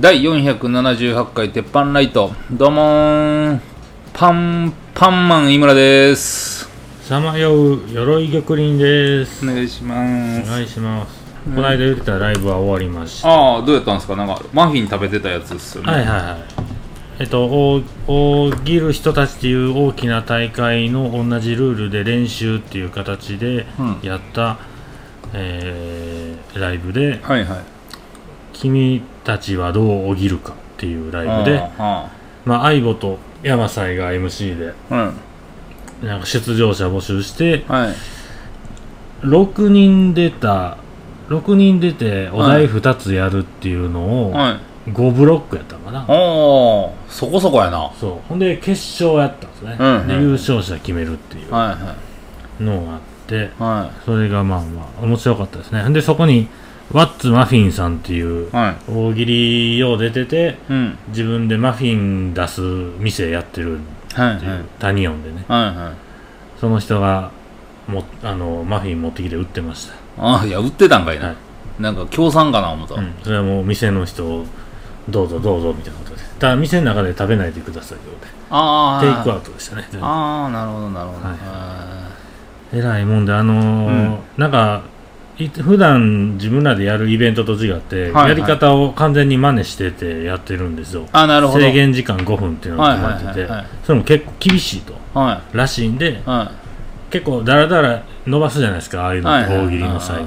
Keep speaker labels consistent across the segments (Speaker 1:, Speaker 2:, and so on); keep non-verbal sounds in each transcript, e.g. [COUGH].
Speaker 1: 第478回鉄板ライトどうもーパンパンマン井村です
Speaker 2: さまよう鎧玉林です
Speaker 1: お願いしま
Speaker 2: お
Speaker 1: す
Speaker 2: 願いします、この間言ってたライブは終わりました
Speaker 1: ああどうやったんですかなんかマフィン食べてたやつっすよね、
Speaker 2: はいはいはいえっとおおぎる人たちっていう大きな大会の同じルールで練習っていう形で
Speaker 1: うん
Speaker 2: やった、えーライブで
Speaker 1: はいはい
Speaker 2: 「君たちはどうおぎるか」っていうライブで、
Speaker 1: あ
Speaker 2: まあ、相棒と山菜が MC で
Speaker 1: あうん
Speaker 2: なんか出場者募集して
Speaker 1: はい
Speaker 2: 6人出た6人出てお題2つやるっていうのを
Speaker 1: はい
Speaker 2: 5ブロックやったのかな、
Speaker 1: おおそこそこやなはい
Speaker 2: そうほんで決勝やったんですね、
Speaker 1: うんうん
Speaker 2: で優勝者決めるってい
Speaker 1: は
Speaker 2: うのがあって
Speaker 1: いは
Speaker 2: それがまあまあ面白かったですねほんでそこにワッツマフィンさんっていう
Speaker 1: いはい
Speaker 2: 大喜利を出てて
Speaker 1: うん
Speaker 2: 自分でマフィン出す店やってるっ
Speaker 1: はい
Speaker 2: て
Speaker 1: はい
Speaker 2: いう、タニオンでね
Speaker 1: はいはい
Speaker 2: その人がもあのマフィン持ってきて売ってました
Speaker 1: ああいや売ってたんかいな、
Speaker 2: はい
Speaker 1: なんか協賛かな思った、
Speaker 2: うん、それはもう店の人をどうぞどうぞみたいなことでただ店の中で食べないでくださいということで
Speaker 1: ああ
Speaker 2: テイクアウトでしたね
Speaker 1: ああなるほどなるほど、
Speaker 2: はい
Speaker 1: あ
Speaker 2: えらいもんであのー
Speaker 1: うん
Speaker 2: なんかい普段自分らでやるイベントと違って、
Speaker 1: はいはい
Speaker 2: やり方を完全に真似しててやってるんですよ
Speaker 1: ーあーなるほど
Speaker 2: 制限時間5分っていうのが決まってて、
Speaker 1: はいはいはいはい
Speaker 2: それも結構厳しいと
Speaker 1: は
Speaker 2: らしいんで
Speaker 1: いは
Speaker 2: 結構だらだら伸ばすじゃないですかああいう
Speaker 1: い
Speaker 2: の
Speaker 1: は
Speaker 2: っ
Speaker 1: い
Speaker 2: て大喜利の最後っ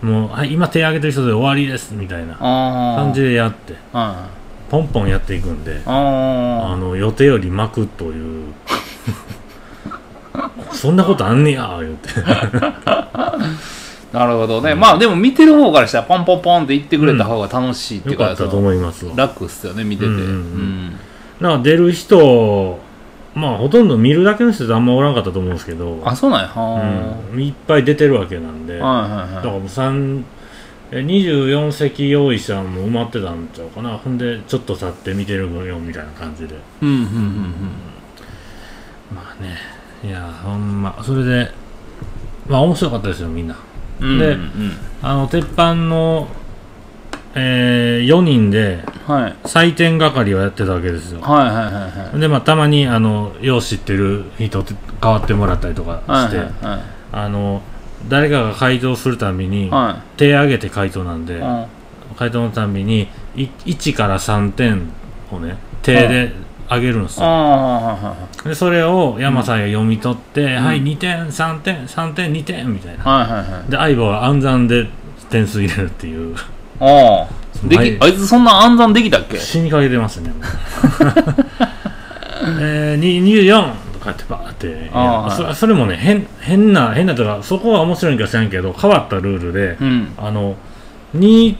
Speaker 2: てもう、はい、今手挙げてる人で終わりですみたいな
Speaker 1: 感
Speaker 2: 感じでやって
Speaker 1: あ
Speaker 2: ポンポンやっていくんで
Speaker 1: ーあ
Speaker 2: あの予定より巻くという [LAUGHS] そんなことあんねや言うて
Speaker 1: ーなるほどね、まあでも見てる方からしたらポンポンポンって言ってくれた方が楽しいっていう
Speaker 2: よ
Speaker 1: か,、
Speaker 2: かったと思いますわ
Speaker 1: 楽っすよね見てて、
Speaker 2: うんうんなんか出る人まあほとんど見るだけの人ってあんまおらんかったと思うんですけど
Speaker 1: うん、あそうなんやは
Speaker 2: うん、いっぱい出てるわけなんで
Speaker 1: ー、
Speaker 2: だか
Speaker 1: はいはい
Speaker 2: ら
Speaker 1: はい
Speaker 2: もう3え24席用意したのも埋まってたんちゃうかなほんでちょっと去って見てるよみたいな感じで
Speaker 1: うんうんうん
Speaker 2: まあねいやほんまそれでまあ面白かったですよみんな
Speaker 1: うんうん
Speaker 2: で
Speaker 1: うん
Speaker 2: あの鉄板の、えー、4人で
Speaker 1: はいはい
Speaker 2: 採点係をやってたわけですよ
Speaker 1: はいはいはい
Speaker 2: でまあたまにあのよう知ってる人って変わってもらったりとか
Speaker 1: はい
Speaker 2: して、
Speaker 1: はいはい
Speaker 2: あの誰かが回答するたびに、
Speaker 1: は
Speaker 2: 手挙げて回答なんで、
Speaker 1: いうん
Speaker 2: 回答のたびにい1から3点をね手で上げるんですよ、
Speaker 1: あ
Speaker 2: でそれを山さんが読み取って、
Speaker 1: ん
Speaker 2: はい2点3点3点2点みたい
Speaker 1: ー
Speaker 2: な、
Speaker 1: はいはいはいはいはい
Speaker 2: で相棒は暗算で点数入れるっていう
Speaker 1: ああで
Speaker 2: はい
Speaker 1: きあいつそんな暗算できたっけ
Speaker 2: 死にかけてますね。
Speaker 1: [LAUGHS]
Speaker 2: もうえー、に24とかってバーって
Speaker 1: あー
Speaker 2: そそれもね変変な変なとかそこは面白いんか知らんけど変わったルールで、
Speaker 1: うん
Speaker 2: あのに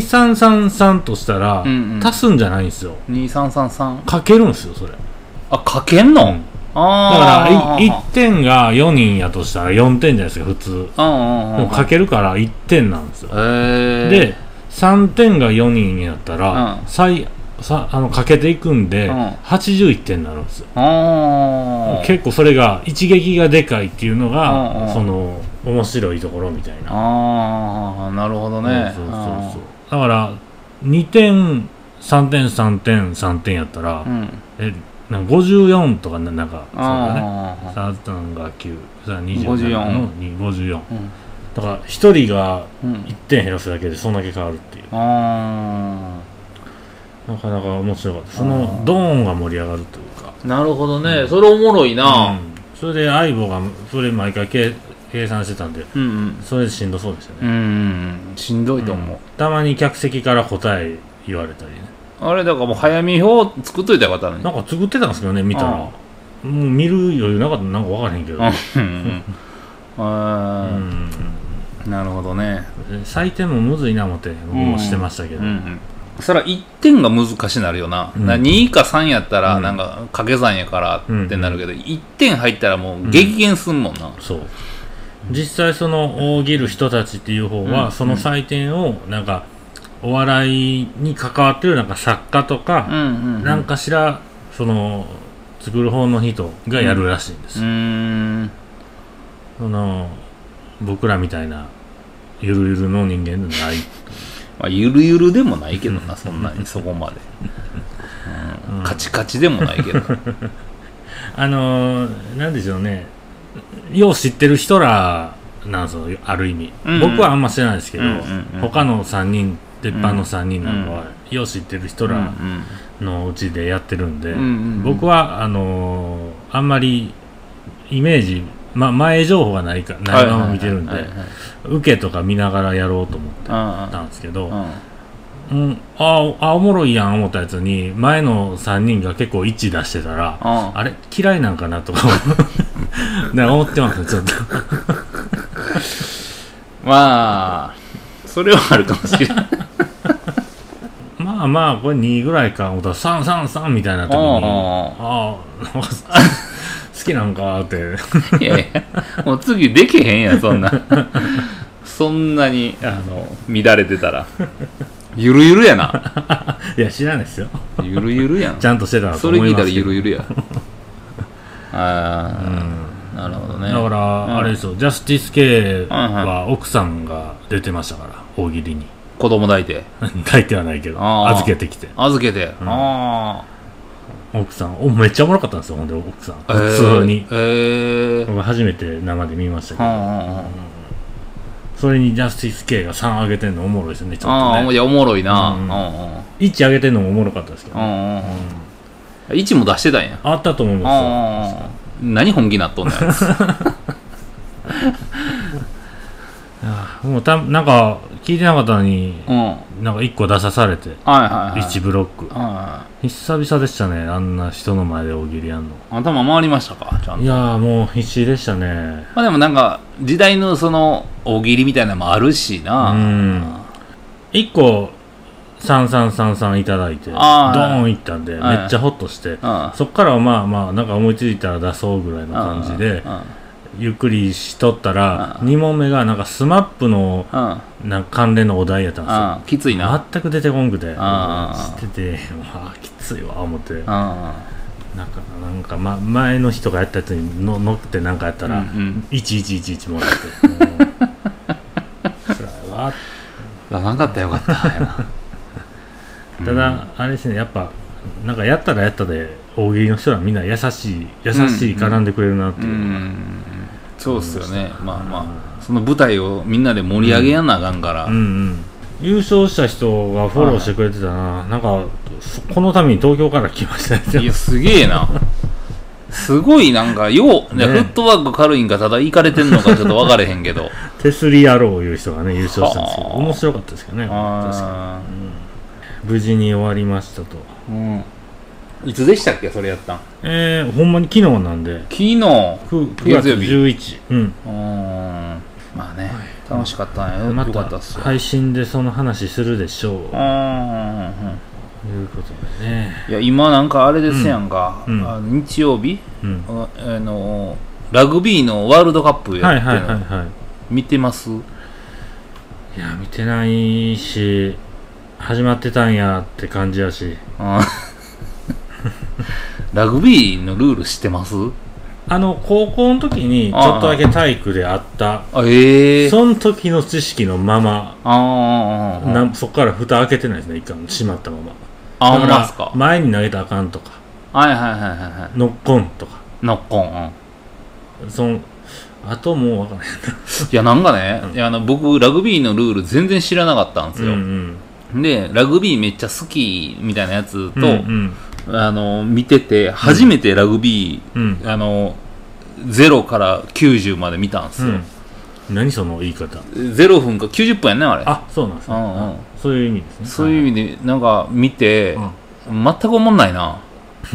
Speaker 2: 2333としたら、
Speaker 1: うんうん
Speaker 2: 足すんじゃないんですよ
Speaker 1: 2333
Speaker 2: かけるんですよそれだ
Speaker 1: あかけんの、
Speaker 2: うん
Speaker 1: あ
Speaker 2: から
Speaker 1: あ
Speaker 2: い1点が4人やとしたら4点じゃないですか普通
Speaker 1: うんうん
Speaker 2: で
Speaker 1: うん
Speaker 2: もかけるから1点なんですよ
Speaker 1: へえ
Speaker 2: で3点が4人やったら、
Speaker 1: うん
Speaker 2: 最さあのかけていくんで、
Speaker 1: うん
Speaker 2: 81点になるんですよ、
Speaker 1: ああ
Speaker 2: 結構それが一撃がでかいっていうのが、
Speaker 1: うんうん
Speaker 2: その面白いところみたいな、
Speaker 1: ああなるほどね
Speaker 2: そうそうそうそうだから2点3点3点3点やったら、
Speaker 1: うん
Speaker 2: えなんか54とかななんかそうだね
Speaker 1: あ
Speaker 2: 3が9、
Speaker 1: 54
Speaker 2: 3 27の2 54。
Speaker 1: あうん
Speaker 2: だから、一人が
Speaker 1: うん
Speaker 2: 一点減らすだけで、そんだけ変わるっていう。
Speaker 1: あ
Speaker 2: なかなか面白かった。そ
Speaker 1: あ
Speaker 2: の
Speaker 1: ー
Speaker 2: ドーンが盛り上がるというか。
Speaker 1: あなるほどねそれおもろいな
Speaker 2: うんそれで相棒が、それ毎回計計算してたんで、
Speaker 1: うんうん
Speaker 2: それでしんどそうでした
Speaker 1: うん
Speaker 2: ね。
Speaker 1: うんしんどいと思う、
Speaker 2: たまに客席から答え言われたりね。
Speaker 1: あれだからもう早見表作っといたらよかったのに
Speaker 2: なんか作ってたんですけどね、見たら。
Speaker 1: あ
Speaker 2: もう見る余裕なかったなんか分からへんけど。
Speaker 1: うんうん
Speaker 2: う
Speaker 1: あ
Speaker 2: ん
Speaker 1: ーなるほどね
Speaker 2: 採点もむずいな思って、僕もしてましたけど
Speaker 1: うんう。んそら1点が難しなるよな,、
Speaker 2: うん
Speaker 1: な2か3やったら
Speaker 2: うん
Speaker 1: なんか掛け算やからってなるけど、1点入ったらもう激減すんもんな、
Speaker 2: そう実際その大喜る人たちっていう方
Speaker 1: うん
Speaker 2: はその祭典をなんかお笑いに関わってるなんか作家と
Speaker 1: う
Speaker 2: か
Speaker 1: んうんうん、
Speaker 2: なんかしらその作る方の人がやるらしいんで
Speaker 1: う
Speaker 2: すよ、
Speaker 1: ーん
Speaker 2: その僕らみたいなゆるゆるの人間じゃない
Speaker 1: まあ、ゆるゆるでもないけどなそんなにそこまで、うん
Speaker 2: うん
Speaker 1: カチカチでも [LAUGHS] ないけど
Speaker 2: あのー、なんでしょうねよう知ってる人らなんですよある意味、
Speaker 1: うんうん
Speaker 2: 僕はあんま知らないですけど、
Speaker 1: うんうんうん
Speaker 2: 他の3人鉄板の3人なんかは、よう知ってる人
Speaker 1: うん
Speaker 2: らのうちでやってるんで、
Speaker 1: うんうん
Speaker 2: 僕はあのーあんまりイメージ、ま、前情報がないかないまま見てるん
Speaker 1: はいはい
Speaker 2: で
Speaker 1: はいはい
Speaker 2: 受けとか見ながらやろうと思って
Speaker 1: あ
Speaker 2: たんですけど、
Speaker 1: あ
Speaker 2: うん、ああおもろいやん思ったやつに前の3人が結構一致出してたら
Speaker 1: あ
Speaker 2: あれ嫌いなんかなとか [LAUGHS] なんか思ってますちょっと
Speaker 1: まあそれはあるかもしれ [LAUGHS] ない
Speaker 2: まあまあこれ2ぐらいか思ったら333みたいな時に
Speaker 1: あ
Speaker 2: あ [LAUGHS] あなんか好きなんかって [LAUGHS]
Speaker 1: いやいやもう次できへんやんそんなそんなにあの乱れてたらゆるゆるやない
Speaker 2: や知らないですよ
Speaker 1: ゆるゆるやん
Speaker 2: ちゃんとしてたらと
Speaker 1: それ
Speaker 2: 思
Speaker 1: 聞
Speaker 2: い
Speaker 1: いた
Speaker 2: ま
Speaker 1: ら
Speaker 2: すけ
Speaker 1: ゆ
Speaker 2: ど
Speaker 1: るゆる
Speaker 2: [LAUGHS]
Speaker 1: や
Speaker 2: う
Speaker 1: あ
Speaker 2: ん
Speaker 1: あなるほどね
Speaker 2: だから、
Speaker 1: うん
Speaker 2: あれですよジャスティス系
Speaker 1: はい
Speaker 2: は奥さんが出てましたから大喜利に [LAUGHS]
Speaker 1: 子供抱いて
Speaker 2: 抱いてはないけど
Speaker 1: あー
Speaker 2: 預けてきて
Speaker 1: 預けて、
Speaker 2: うん
Speaker 1: あ
Speaker 2: 奥さんおめっちゃおもろかったんですよほんで奥さん
Speaker 1: あ
Speaker 2: 普通に
Speaker 1: えー、えー
Speaker 2: 僕初めて生で見ましたけ
Speaker 1: は
Speaker 2: ど
Speaker 1: んはんはん
Speaker 2: それにジャスティス系が3上げてんのおもろいですねちょ
Speaker 1: あ
Speaker 2: っ
Speaker 1: あ
Speaker 2: と
Speaker 1: い
Speaker 2: ね
Speaker 1: やおもろいな、う
Speaker 2: う
Speaker 1: んん
Speaker 2: うん
Speaker 1: うん
Speaker 2: 1上げてんのもおもろかったですけど
Speaker 1: う
Speaker 2: ね
Speaker 1: んうん
Speaker 2: うん
Speaker 1: 位置も出してたんや
Speaker 2: あったと思いま
Speaker 1: ああ何本気なっとんねん
Speaker 2: すよあーもうたなんか聞いてなかったのに
Speaker 1: うんはい
Speaker 2: なんか1個出さされて
Speaker 1: はいはい
Speaker 2: 1ブロック
Speaker 1: はいは
Speaker 2: 久々でしたねあんな人の前で大喜利やんの
Speaker 1: い頭回りましたかちゃん
Speaker 2: い
Speaker 1: と
Speaker 2: やーもう必死でしたね
Speaker 1: まあでもなんか時代のその大喜利みたいなのもあるしな、
Speaker 2: うん1個3333いただいてド
Speaker 1: あー
Speaker 2: ーンいったんで
Speaker 1: はい
Speaker 2: めっちゃホッとして
Speaker 1: うん
Speaker 2: そっからはまあまあなんか思いついたら出そうぐらいの感じで
Speaker 1: うん
Speaker 2: ゆっくりしとったら
Speaker 1: うん
Speaker 2: 2問目がなんか SMAP の
Speaker 1: うんうん
Speaker 2: なんか関連のお題やったんですよ
Speaker 1: うんきついな
Speaker 2: 全く出てこんくて
Speaker 1: あー
Speaker 2: 知っててわあきついわ思って
Speaker 1: うんうん
Speaker 2: なんかなんか、ま、前の人がやったやつにの乗ってなんかやったら、
Speaker 1: うんうん
Speaker 2: 1111もら
Speaker 1: [LAUGHS]
Speaker 2: ってもう辛いわ
Speaker 1: 出さんかったらよかったやな
Speaker 2: ただ、あれですねやっぱなんかやったらやったで大喜利の人はみんな優しい優しい絡んでくれるなって
Speaker 1: う
Speaker 2: いう、
Speaker 1: んそうっすよねまあまあその舞台をみんなで盛り上げやなあかんから、
Speaker 2: うんうん優勝した人がフォローしてくれてたな、なんかそこのために東京から来ました
Speaker 1: い [LAUGHS]
Speaker 2: ね
Speaker 1: やすげえなすごいなんかよう、いや
Speaker 2: ね
Speaker 1: フットワーク軽いんかただ行かれてんのかちょっと分かれへん [LAUGHS] けど
Speaker 2: 手すり野郎いう人がね優勝したんですけど
Speaker 1: はあ
Speaker 2: 面白かったですけどね確か
Speaker 1: あ
Speaker 2: に無事に終わりましたと
Speaker 1: あうんいつでしたっけそれやったん
Speaker 2: えー、ほんまに昨日なんで
Speaker 1: 昨日うん
Speaker 2: 9, 9月
Speaker 1: 月曜日
Speaker 2: 11うん
Speaker 1: まあね楽しかったね、
Speaker 2: ま
Speaker 1: よかったたっすよ、
Speaker 2: 配信でその話するでしょう
Speaker 1: うんうんうん
Speaker 2: ということでね
Speaker 1: いや今なんかあれですやんか、
Speaker 2: うんうん
Speaker 1: あの日曜日
Speaker 2: うん
Speaker 1: ああのラグビーのワールドカップや
Speaker 2: はい
Speaker 1: って
Speaker 2: は
Speaker 1: る
Speaker 2: い
Speaker 1: の
Speaker 2: はいは
Speaker 1: 見てます
Speaker 2: いいや見てないし始まってたんやって感じやし
Speaker 1: うん [LAUGHS] ラグビーのルール知ってます
Speaker 2: あの高校の時にちょっとだけ体育であった
Speaker 1: あええ
Speaker 2: その時の知識のまま
Speaker 1: あーあーあー
Speaker 2: なんそこから蓋開けてないですね一回も閉まったまま
Speaker 1: あー
Speaker 2: だ
Speaker 1: ほ
Speaker 2: か
Speaker 1: んまっすから
Speaker 2: 前に投げたらあかんとか
Speaker 1: はいはいはいはいは
Speaker 2: ノックオンとか
Speaker 1: いノッコン、うん、い
Speaker 2: そのあともうわかんない
Speaker 1: やなんかね、
Speaker 2: うん
Speaker 1: いやあの僕ラグビーのルール全然知らなかったんで
Speaker 2: う
Speaker 1: すよ、
Speaker 2: ん
Speaker 1: でラグビーめっちゃ好きみたいなやつ
Speaker 2: う
Speaker 1: と、
Speaker 2: んうん
Speaker 1: あの見てて初めてラグビー、
Speaker 2: うん
Speaker 1: あの0から90まで見たんです
Speaker 2: う
Speaker 1: よ、
Speaker 2: ん何その言い方
Speaker 1: 0分か90分やねあれ
Speaker 2: あそうなんですね
Speaker 1: うんうん
Speaker 2: そういう意味ですね
Speaker 1: そういう意味でなんか見て、全く思んないな
Speaker 2: [LAUGHS]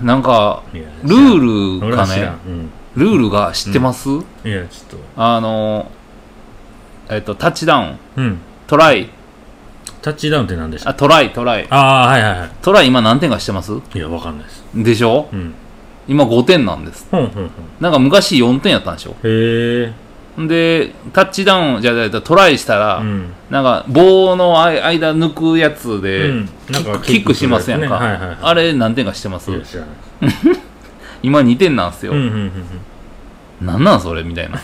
Speaker 1: なんか
Speaker 2: いや
Speaker 1: ルール
Speaker 2: 俺
Speaker 1: が
Speaker 2: は知
Speaker 1: ね
Speaker 2: らんうん
Speaker 1: ルールが知ってます、
Speaker 2: いやちょっ
Speaker 1: あのえっとタッチダウン
Speaker 2: とうん
Speaker 1: トライ
Speaker 2: タッチダウンって何でした
Speaker 1: あトライトライ
Speaker 2: ああはいはいは
Speaker 1: トライ今何点かしてます
Speaker 2: いいやわかんないです
Speaker 1: でしょ
Speaker 2: うん
Speaker 1: 今5点なんです
Speaker 2: ほんほんほん
Speaker 1: なんか昔4点やったんでしょ
Speaker 2: へえ
Speaker 1: でタッチダウンじゃあじゃあトライしたら、
Speaker 2: うん
Speaker 1: なんか棒のあい間抜くやつで、
Speaker 2: うんなんか
Speaker 1: キックしますやんか、
Speaker 2: キックするやつねはいはいはい
Speaker 1: あれ何点かしてます
Speaker 2: いや知らない
Speaker 1: 今2点なんすよ、
Speaker 2: うんうんうんうん [LAUGHS]
Speaker 1: なんなんそれみたいな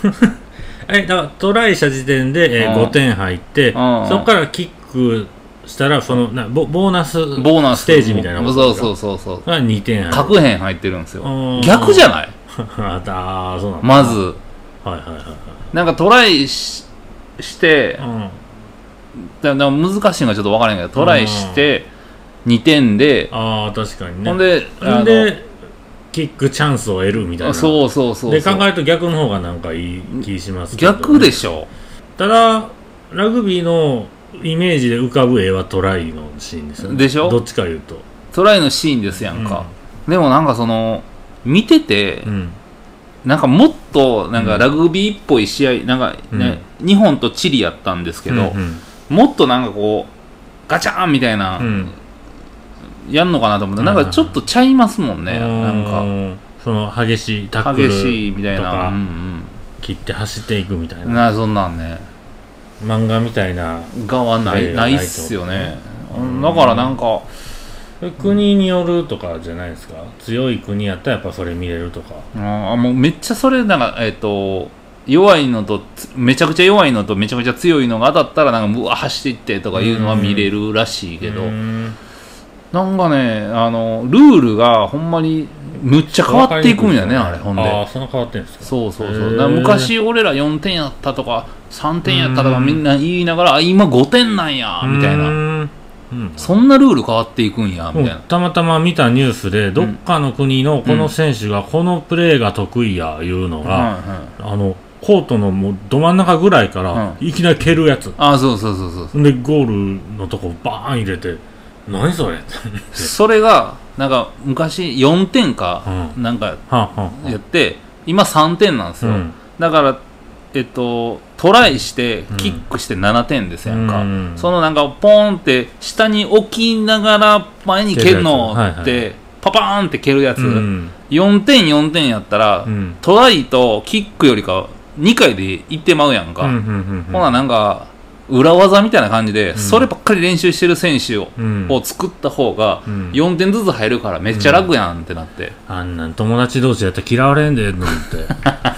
Speaker 2: えだからトライした時点で、えー
Speaker 1: うん
Speaker 2: 5点入って、
Speaker 1: ん
Speaker 2: そこからキックしたらそのなボボーナス
Speaker 1: ボーナス
Speaker 2: ステージみたいなこと
Speaker 1: そう
Speaker 2: ですか
Speaker 1: そうそうそう
Speaker 2: が2点入る
Speaker 1: 核変入ってるんですよ
Speaker 2: うん
Speaker 1: 逆じゃない
Speaker 2: あ [LAUGHS] あーそうなんだ
Speaker 1: まず
Speaker 2: はいはいはいはい
Speaker 1: なんかトライしして
Speaker 2: うん
Speaker 1: だだ難しいのがちょっと分からへんけどトライして2点で
Speaker 2: ああ確かにね
Speaker 1: ほんで
Speaker 2: ほ
Speaker 1: あ
Speaker 2: ん
Speaker 1: の
Speaker 2: でキックチャンスを得るみたいな
Speaker 1: そうそうそうそう
Speaker 2: で考えると逆の方がなんかいい気しますけどね、
Speaker 1: 逆でしょ
Speaker 2: ただラグビーのイメージで浮かぶ絵はトライのシーンですよね
Speaker 1: でしょ
Speaker 2: どっちか言うと
Speaker 1: トライのシーンですやんか、でもなんかその見てて、
Speaker 2: うん
Speaker 1: なんかもっとなんかラグビーっぽい試合、なんか、ね日本とチリやったんですけど、
Speaker 2: うん
Speaker 1: もっとなんかこうガチャーンみたいな、
Speaker 2: うんうん
Speaker 1: やんのかなと思ったらなんかちょっとちゃいますもんね、なん
Speaker 2: んかその激しいタ
Speaker 1: か
Speaker 2: ックル
Speaker 1: 激しいみたい
Speaker 2: とか
Speaker 1: な、うん
Speaker 2: 切って走っていくみたい
Speaker 1: うん、
Speaker 2: な
Speaker 1: なそんなんね
Speaker 2: 漫画みたいな
Speaker 1: がはな
Speaker 2: はいい
Speaker 1: ないっすよね、
Speaker 2: うん
Speaker 1: だからなんか
Speaker 2: 国によるとかじゃないですか強い国やったらやっぱそれ見れるとか
Speaker 1: あーもうめっちゃそれなんかえっ、と弱いのとつめちゃくちゃ弱いのとめちゃくちゃ強いのが当たったらなんかうわ走っていってとかいうのは見れるらしいけど、
Speaker 2: うん
Speaker 1: なんかねあのルールがほんまにむっちゃ変わっていくんやねあれほんで
Speaker 2: ああそんな変わってんですか
Speaker 1: そうそう
Speaker 2: へ
Speaker 1: そう
Speaker 2: ー
Speaker 1: だから昔俺ら4点やったとか3点やったとか
Speaker 2: うん
Speaker 1: みんな言いながらあ今5点なんやみたいうなん
Speaker 2: うん
Speaker 1: そんなルール変わっていくんやみたい
Speaker 2: も
Speaker 1: な
Speaker 2: うたまたま見たニュースでどっかの国のこの選手がこのプレーが得意やいうの
Speaker 1: はい
Speaker 2: が、
Speaker 1: はい
Speaker 2: あのコートのもうど真ん中ぐらいからいきなり蹴るやつ、
Speaker 1: あそうそうそうそう
Speaker 2: でゴールのとこバーン入れて何それ
Speaker 1: それがなんか昔4点か
Speaker 2: う
Speaker 1: なんか
Speaker 2: [LAUGHS] はあはあ
Speaker 1: やって今3点なんです
Speaker 2: う
Speaker 1: よ
Speaker 2: ん
Speaker 1: だからえっとトライしてキックして7点ですやんか
Speaker 2: うん
Speaker 1: そのなんかポーンって下に置きながら前に蹴るのっ
Speaker 2: 蹴る
Speaker 1: てパパーンって蹴るやつ、
Speaker 2: うん
Speaker 1: 4点4点やったら、
Speaker 2: うん
Speaker 1: トライとキックよりか2回でいってまうやんか、
Speaker 2: うんうんうん
Speaker 1: ほななんか裏技みたいな感じで、そればっかり練習してる選手を,、
Speaker 2: うん
Speaker 1: を作った方が
Speaker 2: うん
Speaker 1: 4点ずつ入るからめっちゃ楽やんってなって、
Speaker 2: あんなん友達同士やったら嫌われんでんのっ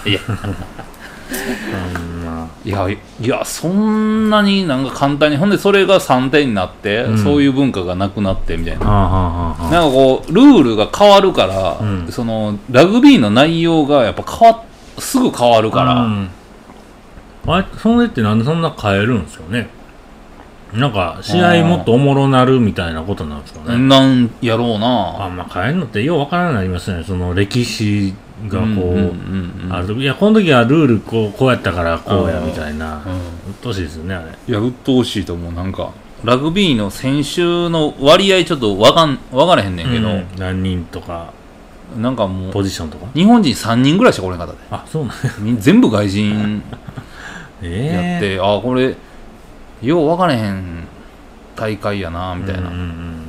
Speaker 2: て
Speaker 1: [LAUGHS] いや
Speaker 2: あんない
Speaker 1: やいやそんなになんか簡単にほんでそれが3点になって、
Speaker 2: ん
Speaker 1: そういう文化がなくなってみたいな
Speaker 2: はあはあはあ
Speaker 1: なんかこうルールが変わるから、
Speaker 2: うん
Speaker 1: そのラグビーの内容がやっぱ変わっすぐ変わるから、
Speaker 2: うんあれそれってなんでそんな変えるんですかねなんか試合もっとおもろなるみたいなことなんですかね
Speaker 1: なんやろう
Speaker 2: あ
Speaker 1: なん
Speaker 2: ま変えるのってようわからなくなりますよねその歴史がこう、
Speaker 1: うんうん
Speaker 2: あるといやこの時はルールこうこうやったからこうや
Speaker 1: うん
Speaker 2: みたいな
Speaker 1: うん
Speaker 2: うっとうしいですよねあれ
Speaker 1: いや鬱陶しいと思うなんかラグビーの選手の割合ちょっとわかんわからへんねんけど、
Speaker 2: うん何人とか
Speaker 1: なんかもう
Speaker 2: ポジションとか
Speaker 1: 日本人3人ぐらいしか来れんかったで
Speaker 2: あそうなんや
Speaker 1: み全部外人やっ
Speaker 2: え
Speaker 1: て、あこれようわからへん大会やな
Speaker 2: え
Speaker 1: みたいな、
Speaker 2: うんうん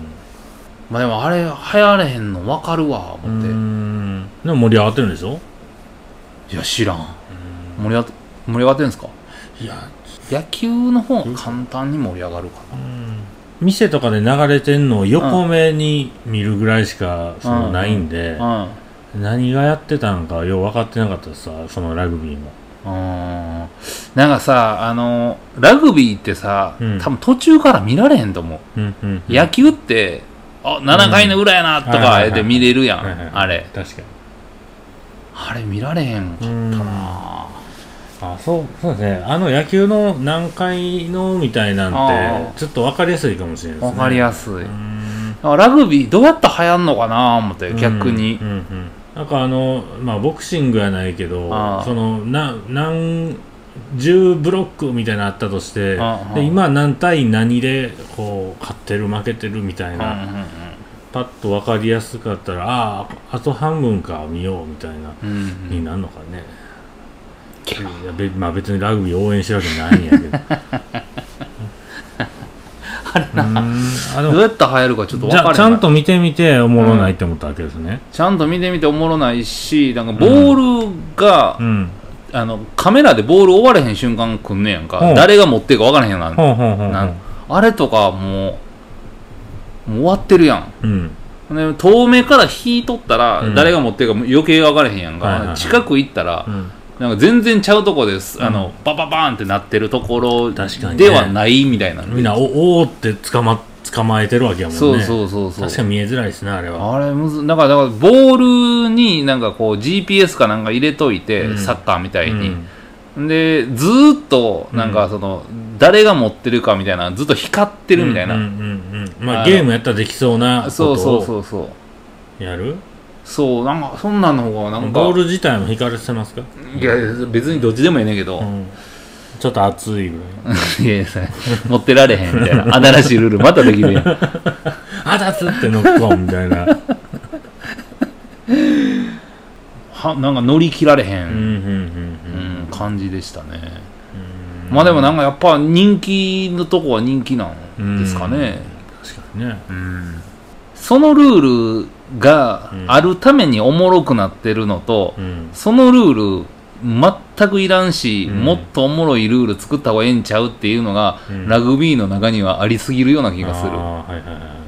Speaker 1: まあでもあれ流行れへんのわかるわ
Speaker 2: う
Speaker 1: 思
Speaker 2: ん
Speaker 1: って、
Speaker 2: うんでも盛り上がってるんでしょ
Speaker 1: いや知らん盛り上がっ盛り上がってんすか
Speaker 2: いや
Speaker 1: 野球の方が簡単に盛り上がるか
Speaker 2: 店とかで流れてんのを横目に見るぐらいしかそのないんで、
Speaker 1: なうん
Speaker 2: 何がやってたんかよう分かってなかったですわそのラグビーも
Speaker 1: うーんなんかさ、あの、ラグビーってさ、
Speaker 2: うん
Speaker 1: 多分途中から見られへんと思う。
Speaker 2: うんうん
Speaker 1: 野球って、あ、7回の裏やな、と
Speaker 2: はいはいは
Speaker 1: か
Speaker 2: い
Speaker 1: で見れるや
Speaker 2: はいはい
Speaker 1: ん、あれ。
Speaker 2: 確かに
Speaker 1: あれ見られへんかったな
Speaker 2: あそうそうですねあの野球の何回のみたいなん
Speaker 1: あ
Speaker 2: て
Speaker 1: ー
Speaker 2: ちょっと分かりやすいかもしれないです
Speaker 1: わ
Speaker 2: ね
Speaker 1: かり
Speaker 2: や
Speaker 1: やすい。
Speaker 2: す
Speaker 1: だからラグビーどうやったら流行んのかな思って、逆に
Speaker 2: うん。うんうんなんかあのまあボクシングやないけど
Speaker 1: あー
Speaker 2: そのな何10ブロックみたいなのあったとして
Speaker 1: あー
Speaker 2: で今何対何でこう勝ってる負けてるみたい
Speaker 1: うんうん
Speaker 2: なパッと分かりやすかったらあああと半分か見ようみたいな
Speaker 1: うんうん
Speaker 2: になるのかね、いやべまあ別にラグビー応援してるわけないん
Speaker 1: [LAUGHS]
Speaker 2: やけどあれなあで
Speaker 1: どう
Speaker 2: も
Speaker 1: やったら流行るかちょっと
Speaker 2: じ
Speaker 1: わ
Speaker 2: ゃ
Speaker 1: か
Speaker 2: あ
Speaker 1: れ
Speaker 2: ちゃ
Speaker 1: へん
Speaker 2: んと見てみておもろないって思ったわけですね
Speaker 1: ちゃんと見てみておもろないし、なんかボールが
Speaker 2: う、ん
Speaker 1: あのカメラでボール追われへん瞬間くんねやんか、
Speaker 2: うん
Speaker 1: 誰が持ってるか分からへんやんな
Speaker 2: ほうほうほうほ
Speaker 1: な
Speaker 2: うん
Speaker 1: あれとかもうもう終わってるやん
Speaker 2: うん
Speaker 1: で遠目から引いとったら、
Speaker 2: うん
Speaker 1: 誰が持ってるかも余計分からへんやんか、
Speaker 2: はいはいはい
Speaker 1: 近く行ったら、
Speaker 2: うん
Speaker 1: なんか全然ちゃうとこです、あのバババーンってなってるところ
Speaker 2: 確かにね
Speaker 1: ではないみたいなの
Speaker 2: みんなおおーって捕ま捕まえてるわけやもんね
Speaker 1: そうそうそうそう
Speaker 2: 確かに見えづらいですねあれは
Speaker 1: あれむずだからだからボールになんかこう GPS かなんか入れといて、
Speaker 2: うん
Speaker 1: サッカーみたいに、
Speaker 2: うん
Speaker 1: でずーっとなんかその、誰が持ってるかみたいなずっと光ってるみたいな、
Speaker 2: うんうんうんまあ
Speaker 1: あの
Speaker 2: ゲームやったらできそうなこと
Speaker 1: そうそう
Speaker 2: を
Speaker 1: そうそう
Speaker 2: やる
Speaker 1: そうなんかそんなんの方がなんか
Speaker 2: ボール自体も光らせてますか、
Speaker 1: いや別にどっちでもいいねんけど、
Speaker 2: うんちょっと熱いぐら
Speaker 1: [LAUGHS]
Speaker 2: い
Speaker 1: いやいやそれ持ってられへんみたいな新しいルールまたできるやん
Speaker 2: あだつってノックオンみた
Speaker 1: [LAUGHS]
Speaker 2: いなうん
Speaker 1: はなんか乗り切られへ
Speaker 2: う
Speaker 1: ん、
Speaker 2: ん
Speaker 1: うん感じでしたね、
Speaker 2: うん
Speaker 1: まあでもなんかやっぱ人気のとこは人気なんですかね、
Speaker 2: 確かにね
Speaker 1: うんそのルールがあるためにおもろくなってるのと、
Speaker 2: うん
Speaker 1: そのルール全くいらんし、
Speaker 2: うん
Speaker 1: もっとおもろいルール作った方がええんちゃうっていうのが、
Speaker 2: うん
Speaker 1: ラグビーの中にはありすぎるような気がする
Speaker 2: あーはいはいはいは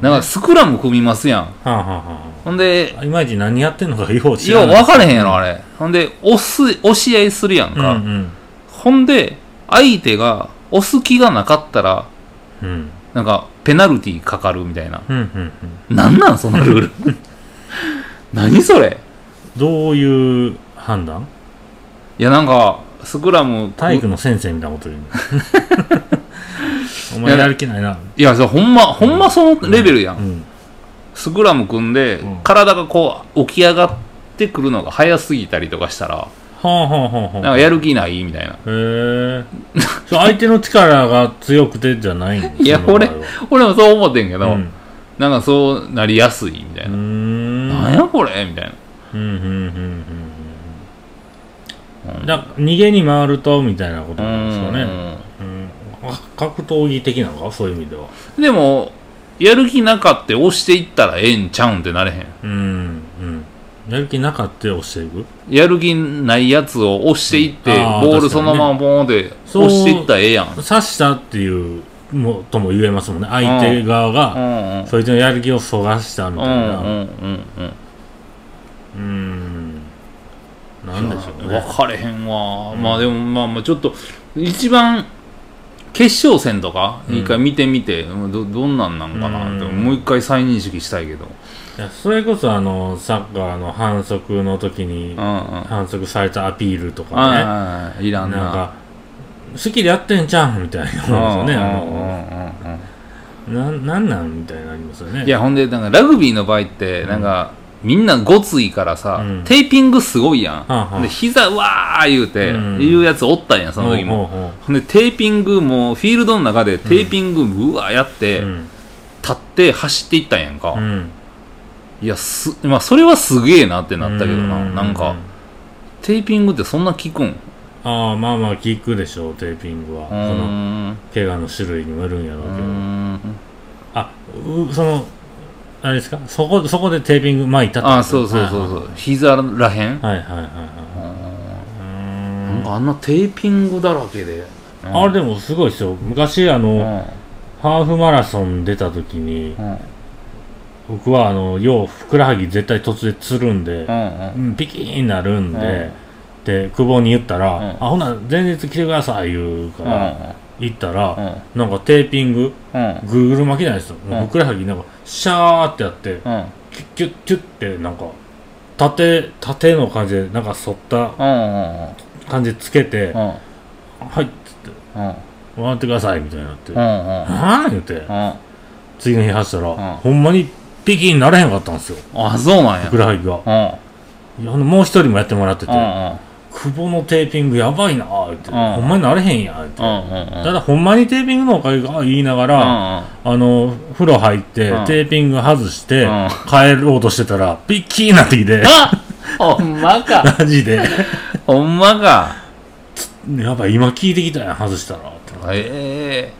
Speaker 1: なんかスクラム組みますやん
Speaker 2: あはあは
Speaker 1: ほんで
Speaker 2: あいまいち何やってんのかよう知
Speaker 1: よ
Speaker 2: ら
Speaker 1: う
Speaker 2: ない
Speaker 1: 分かれへんやろあれほんで押す押し合いするやんか、
Speaker 2: うん
Speaker 1: ほんで相手が押す気がなかったら
Speaker 2: うんうん
Speaker 1: なんかペナルティかかるみたい
Speaker 2: [LAUGHS]
Speaker 1: な
Speaker 2: うんうんうん
Speaker 1: なんなんそのルール [LAUGHS] 何それ
Speaker 2: どういう判断
Speaker 1: いやなんかスクラム
Speaker 2: 体育の先生みたいなこと言うのお前やる気ないな、
Speaker 1: いやそうほんまほんまそのレベルやん、
Speaker 2: うん、
Speaker 1: スクラム組んで、
Speaker 2: うん
Speaker 1: 体がこう起き上がってくるのが早すぎたりとかしたら
Speaker 2: はあはあはあはあ
Speaker 1: なんかやる気ないみたいな
Speaker 2: へえそう相手の力が強くてじゃないん
Speaker 1: いや
Speaker 2: その場合は
Speaker 1: 俺もそう思ってんけど、
Speaker 2: うん
Speaker 1: なんかそうなりやすいみた
Speaker 2: う
Speaker 1: い
Speaker 2: ー
Speaker 1: な、
Speaker 2: ん
Speaker 1: なんやこれみたいな
Speaker 2: うんうんうんうんう
Speaker 1: うんん
Speaker 2: だ逃げに回るとみたいなことなんですか
Speaker 1: う
Speaker 2: ね、うん、あ格闘技的なのかそういう意味では
Speaker 1: んでもやる気なかって押していったらええんちゃうんってなれへん
Speaker 2: うんうんやる気なかったよ押していく
Speaker 1: やる気ないやつを押していって、
Speaker 2: うんあー
Speaker 1: ボールそのままボーンって
Speaker 2: そう
Speaker 1: 押していったらええやん。
Speaker 2: 刺したっていうもとも言えますもんね相手側
Speaker 1: う
Speaker 2: が
Speaker 1: んうん。
Speaker 2: そいつのやる気をそがしたみ
Speaker 1: う
Speaker 2: たい
Speaker 1: ん
Speaker 2: な
Speaker 1: う
Speaker 2: うん
Speaker 1: うんうん。
Speaker 2: ーんなんでしょ
Speaker 1: 分
Speaker 2: うね
Speaker 1: かれへんわ、
Speaker 2: うん
Speaker 1: まあでもまあまあちょっと一番決勝戦とか
Speaker 2: うん
Speaker 1: 一回見てみて、どどんなんなんかなって、
Speaker 2: うん
Speaker 1: もう一回再認識したいけど
Speaker 2: いやそれこそあのサッカーの反則の時
Speaker 1: うんう
Speaker 2: に
Speaker 1: ん
Speaker 2: 反則されたアピールとか
Speaker 1: ああいら
Speaker 2: ねなんん
Speaker 1: な
Speaker 2: か好きでやってんじゃんみたいなもんですよねあの
Speaker 1: うんうんうん
Speaker 2: なんなんなんみたいなのありますよね
Speaker 1: うんいやほんでなんかラグビーの場合ってなんか、みんなごついからさ、
Speaker 2: うん
Speaker 1: テーピングすごいやん、
Speaker 2: あはあ
Speaker 1: で膝うわー言うて、
Speaker 2: うん
Speaker 1: 言うやつおったんやその時
Speaker 2: ほう
Speaker 1: も、
Speaker 2: ほうほ
Speaker 1: ほんでテーピングもフィールドの中でテーピングうわーやって、
Speaker 2: ううん
Speaker 1: 立って走っていったんやんか、
Speaker 2: うん
Speaker 1: いや、す、まあ、それはすげえなってなったけど
Speaker 2: う
Speaker 1: な。
Speaker 2: う
Speaker 1: なんか、テーピングってそんな効くんう
Speaker 2: ああまあまあキックでしょうテーピングはそ
Speaker 1: ー
Speaker 2: の
Speaker 1: ん。う
Speaker 2: 怪我の種類にもよるんやろう
Speaker 1: ー
Speaker 2: けど
Speaker 1: ん。
Speaker 2: あうそのあれですかそこそこでテーピング巻いたってこと
Speaker 1: あ、そうそうそうそう。膝らへん
Speaker 2: はいはいはいはいはいうー
Speaker 1: なん
Speaker 2: ん
Speaker 1: かあんなテーピングだらけで。
Speaker 2: あれ
Speaker 1: で
Speaker 2: でもすごいですよ昔あの、
Speaker 1: も、
Speaker 2: ハーフマラソン出た時に
Speaker 1: うん。うん。
Speaker 2: 僕はあのようふくらはぎ絶対突然つるんで
Speaker 1: う、ん。
Speaker 2: うん、ピキーンなるんで、で久保に言ったら「
Speaker 1: うん
Speaker 2: あほな前日来てください」言うか
Speaker 1: うん。う
Speaker 2: ら、
Speaker 1: ん。
Speaker 2: 行ったら、
Speaker 1: うん。
Speaker 2: なんかテーピング
Speaker 1: うん。
Speaker 2: ぐるぐる巻きじゃないですよ、もう
Speaker 1: うん
Speaker 2: ふくらはぎなんかシャーってやって、
Speaker 1: うん。
Speaker 2: キュッキュッキュッってなんか縦縦の感じでなんか反った
Speaker 1: うん。
Speaker 2: 感じでつけて「
Speaker 1: うん。
Speaker 2: はい」っつって
Speaker 1: うん。
Speaker 2: 「もらってください」みたいになって「
Speaker 1: う
Speaker 2: は
Speaker 1: ん。
Speaker 2: あ?」言って
Speaker 1: うん。
Speaker 2: 次の日走ったら、
Speaker 1: ん
Speaker 2: ほんまにピキーンなれへんかったんですよ
Speaker 1: あ、そうなんや
Speaker 2: ふく。らはぎが。
Speaker 1: う
Speaker 2: いやあのもう一人もやってもらってて、
Speaker 1: ん。うん。
Speaker 2: 久保のテーピングやばいなーって、
Speaker 1: うん
Speaker 2: ほんまになれへんやんって、
Speaker 1: うん。うん。うん。
Speaker 2: ただほんまにテーピングのおかげか言いなが
Speaker 1: う
Speaker 2: ら、
Speaker 1: ん。
Speaker 2: あの風呂入って、
Speaker 1: うん
Speaker 2: テーピング外して、
Speaker 1: うん
Speaker 2: 帰ろうとしてたらピッキーなってきて
Speaker 1: あほんまか。
Speaker 2: マジで
Speaker 1: ほんまか。
Speaker 2: やばい今聞いてきたやん外したらってだか
Speaker 1: え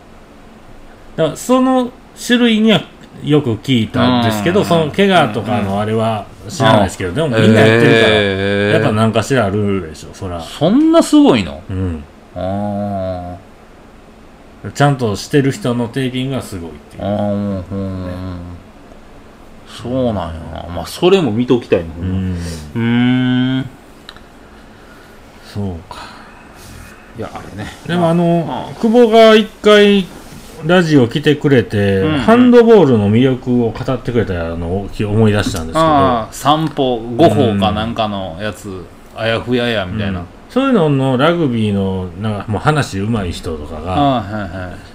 Speaker 1: え
Speaker 2: らその種類にはよく聞いたんですけど、
Speaker 1: うん
Speaker 2: その怪我とかのあれは知らないですけど、でもみんなやってるから、
Speaker 1: え
Speaker 2: やっぱ何かしらあるでしょそら
Speaker 1: そんなすごいの
Speaker 2: うん
Speaker 1: あー
Speaker 2: ちゃんとしてる人のテーピングがすごいっていう
Speaker 1: あーうんうんそうなんやなまあそれも見ときたいなう
Speaker 2: うん
Speaker 1: ーん
Speaker 2: そうか
Speaker 1: いやあれね
Speaker 2: でもあ
Speaker 1: う
Speaker 2: の
Speaker 1: ん
Speaker 2: 久保が一回ラジオ来てくれて、
Speaker 1: うんうん
Speaker 2: ハンドボールの魅力を語ってくれたのをき思い出したんですけど
Speaker 1: ああ散歩5歩かなんかのやつ、あやふややみたいな、
Speaker 2: うんそういうののラグビーのなんかもう話上手い人とかが
Speaker 1: ああはいはい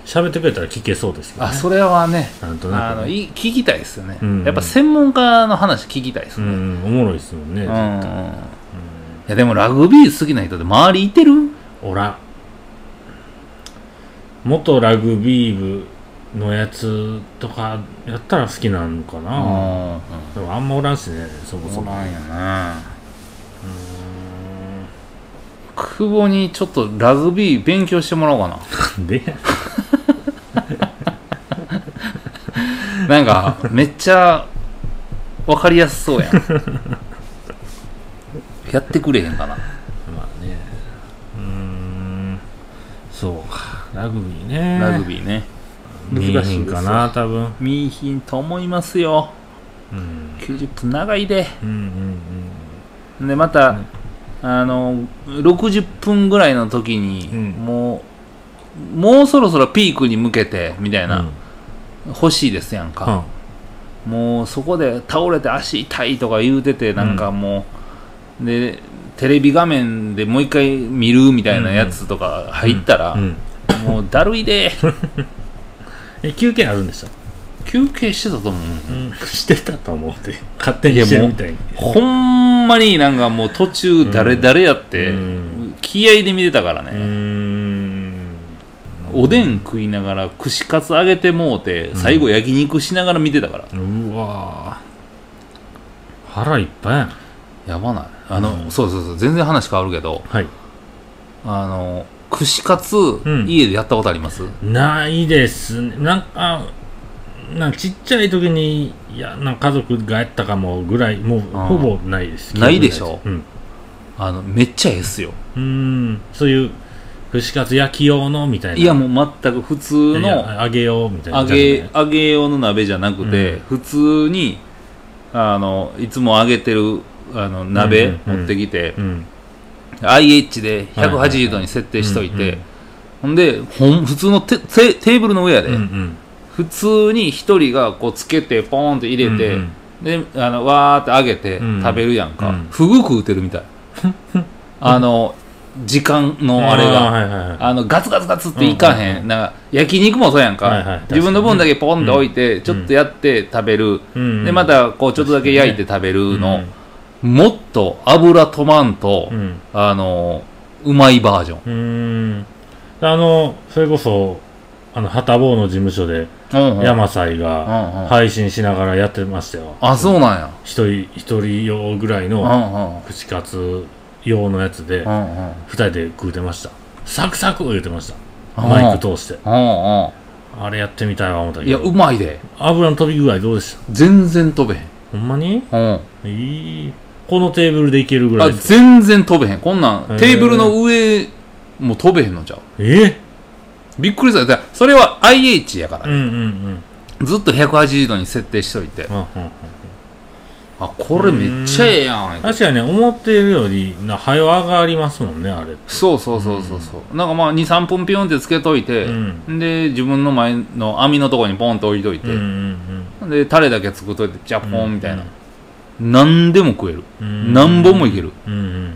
Speaker 2: 喋ってくれたら聞けそうですけど、ね、
Speaker 1: あそれはね
Speaker 2: なんと
Speaker 1: あ
Speaker 2: なく
Speaker 1: の
Speaker 2: ね、
Speaker 1: い聞きたいですよね、
Speaker 2: うん
Speaker 1: やっぱ専門家の話聞きたいです
Speaker 2: う
Speaker 1: ね、うん
Speaker 2: ん、おもろいですもんね、絶対
Speaker 1: いやでもラグビー好きな人って周りいてる
Speaker 2: おらん元ラグビー部のやつとかやったら好きなのかな、
Speaker 1: あ
Speaker 2: でもあんまおらんしねそもそ
Speaker 1: そう
Speaker 2: も
Speaker 1: なんやな久保にちょっとラグビー勉強してもらおう [LAUGHS] か
Speaker 2: なんで
Speaker 1: ななんかめっちゃ分かりやすそう [LAUGHS] やんやってくれへんかな
Speaker 2: まあねうーんそうかラグビーね
Speaker 1: ラグビーね
Speaker 2: 見え
Speaker 1: 難
Speaker 2: へ
Speaker 1: しい
Speaker 2: ん
Speaker 1: ですよ
Speaker 2: かな多分、
Speaker 1: 見いひんと思いますよ
Speaker 2: うん、
Speaker 1: 90分長いで
Speaker 2: うんうんうん
Speaker 1: でまた、あの60分ぐらいの時に、
Speaker 2: うん
Speaker 1: もうもうそろそろピークに向けてみたいな、欲しいですやん
Speaker 2: うん
Speaker 1: か、もうそこで倒れて足痛いとか言うててなんかもう、でテレビ画面でもう一回見るみたいなやつとか入ったら、
Speaker 2: うん
Speaker 1: もうだるいで
Speaker 2: え休憩あるんでした
Speaker 1: 休憩してたと思う
Speaker 2: してたと思って勝手にしてるみたいに
Speaker 1: ほんまになんかもう途中誰々やって、
Speaker 2: うん
Speaker 1: 気合で見てたから
Speaker 2: うー
Speaker 1: ね、
Speaker 2: ん
Speaker 1: おでん食いながら串カツ揚げてもうて最後焼肉しながら見てたから、
Speaker 2: うわー腹いっぱいやん
Speaker 1: やばないあの、
Speaker 2: うん
Speaker 1: そうそうそう全然話変わるけど
Speaker 2: はい
Speaker 1: あの串カツ、
Speaker 2: ん
Speaker 1: 家でやったことあります
Speaker 2: ないですねなんかなんかちっちゃい時にいやなんか家族がやったかもぐらいもうほぼないです
Speaker 1: ないでしょ
Speaker 2: 記憶ないで
Speaker 1: あのめっちゃええっすよ
Speaker 2: すうんうーんそういう串カツ焼き用のみたいない
Speaker 1: やもう全く普通
Speaker 2: い
Speaker 1: の
Speaker 2: や揚げ用みたいな
Speaker 1: 揚げ揚げ用の鍋じゃなくて、普通にあのいつも揚げてるあの
Speaker 2: う
Speaker 1: 鍋
Speaker 2: んうんうん
Speaker 1: 持ってきて、
Speaker 2: うん
Speaker 1: IH で
Speaker 2: はいはい
Speaker 1: 180度に設定しといて、
Speaker 2: うんうん
Speaker 1: ほんでほん普通のテテテーブルの上やで、
Speaker 2: うんうん
Speaker 1: 普通に一人がこうつけてポーンと入れて、
Speaker 2: うん
Speaker 1: であのわーって揚げて
Speaker 2: うん
Speaker 1: 食べるやんか、
Speaker 2: うん
Speaker 1: フグ食うてるみた
Speaker 2: [LAUGHS]
Speaker 1: いあの時間のあれ
Speaker 2: ー
Speaker 1: が
Speaker 2: はいはいはい
Speaker 1: あのガツガツガツっていかへん,、
Speaker 2: うんうん
Speaker 1: なんか焼肉もそうやんか、
Speaker 2: はいはい
Speaker 1: 自分の分だけポンと置いて、ちょっとやって食べる、
Speaker 2: うんうん
Speaker 1: でまたこうちょっとだけ焼いて食べるの、
Speaker 2: うん
Speaker 1: もっと油とまんと、
Speaker 2: うん
Speaker 1: あのうまいバージョン
Speaker 2: うーん。あの、それこそ、あの、ハタボーの事務所で、
Speaker 1: うんうん、
Speaker 2: 山菜
Speaker 1: うん
Speaker 2: が
Speaker 1: うん
Speaker 2: 配信しながらやってましたよ。
Speaker 1: あそうなんや
Speaker 2: 一人、一人用ぐらいうの、
Speaker 1: んうん
Speaker 2: 串カツ用のやつで
Speaker 1: う、んうん
Speaker 2: 二人で食うてました。サクサク言うてました。マイク通して。
Speaker 1: うんう
Speaker 2: あれやってみたいわ、思った
Speaker 1: んい
Speaker 2: け
Speaker 1: や
Speaker 2: ど
Speaker 1: う。まいで
Speaker 2: 油の飛び具合どうでした
Speaker 1: 全然飛べへん
Speaker 2: ほんまに
Speaker 1: うん、
Speaker 2: いい。このテーブルでいけるぐら
Speaker 1: あ
Speaker 2: いです。
Speaker 1: 全然飛べへんこんなん
Speaker 2: へー
Speaker 1: テーブルの上も飛べへんのちゃう
Speaker 2: え
Speaker 1: びっくりしただからそれは IH やか
Speaker 2: う
Speaker 1: ら、
Speaker 2: んうんうん。
Speaker 1: ずっと180度に設定しといて
Speaker 2: うんうんうん
Speaker 1: あこれめっちゃええやん
Speaker 2: 確かにね、思っているより、な、早上がりますもんね、あれ。
Speaker 1: そうそうそうそうそう、なんかまあ23分ピョンってつけといて、
Speaker 2: うん
Speaker 1: で自分の前の網のとこにポンと置いといて
Speaker 2: うんう、ん
Speaker 1: でタレだけつくといてジャポンみたいな
Speaker 2: うん、
Speaker 1: 何でも食える
Speaker 2: うん。
Speaker 1: 何本もいけ
Speaker 2: る。
Speaker 1: る
Speaker 2: うんうんうん。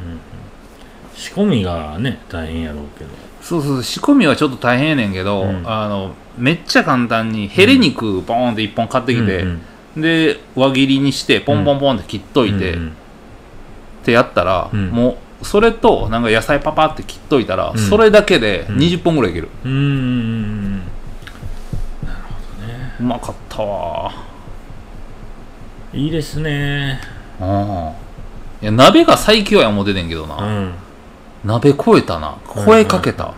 Speaker 2: 仕込みがね、大変やろうけど。
Speaker 1: そうそうそう仕込みはちょっと大変やねんけど、
Speaker 2: うん
Speaker 1: あのめっちゃ簡単にヘレ肉ボーンって1本買ってきて、
Speaker 2: うんうん
Speaker 1: で輪切りにしてポンポンポンって切っといて、
Speaker 2: うんう
Speaker 1: っ
Speaker 2: ん
Speaker 1: てやったら、
Speaker 2: うん
Speaker 1: もうそれとなんか野菜パパって切っといたら、
Speaker 2: ん
Speaker 1: それだけで
Speaker 2: ん
Speaker 1: 20本ぐらいいける、
Speaker 2: うんうん
Speaker 1: うまかったわ
Speaker 2: うん。いいですね。
Speaker 1: うんいや鍋が最強や思ててんけど
Speaker 2: う
Speaker 1: な、
Speaker 2: ん。
Speaker 1: 鍋超えたな声かけた、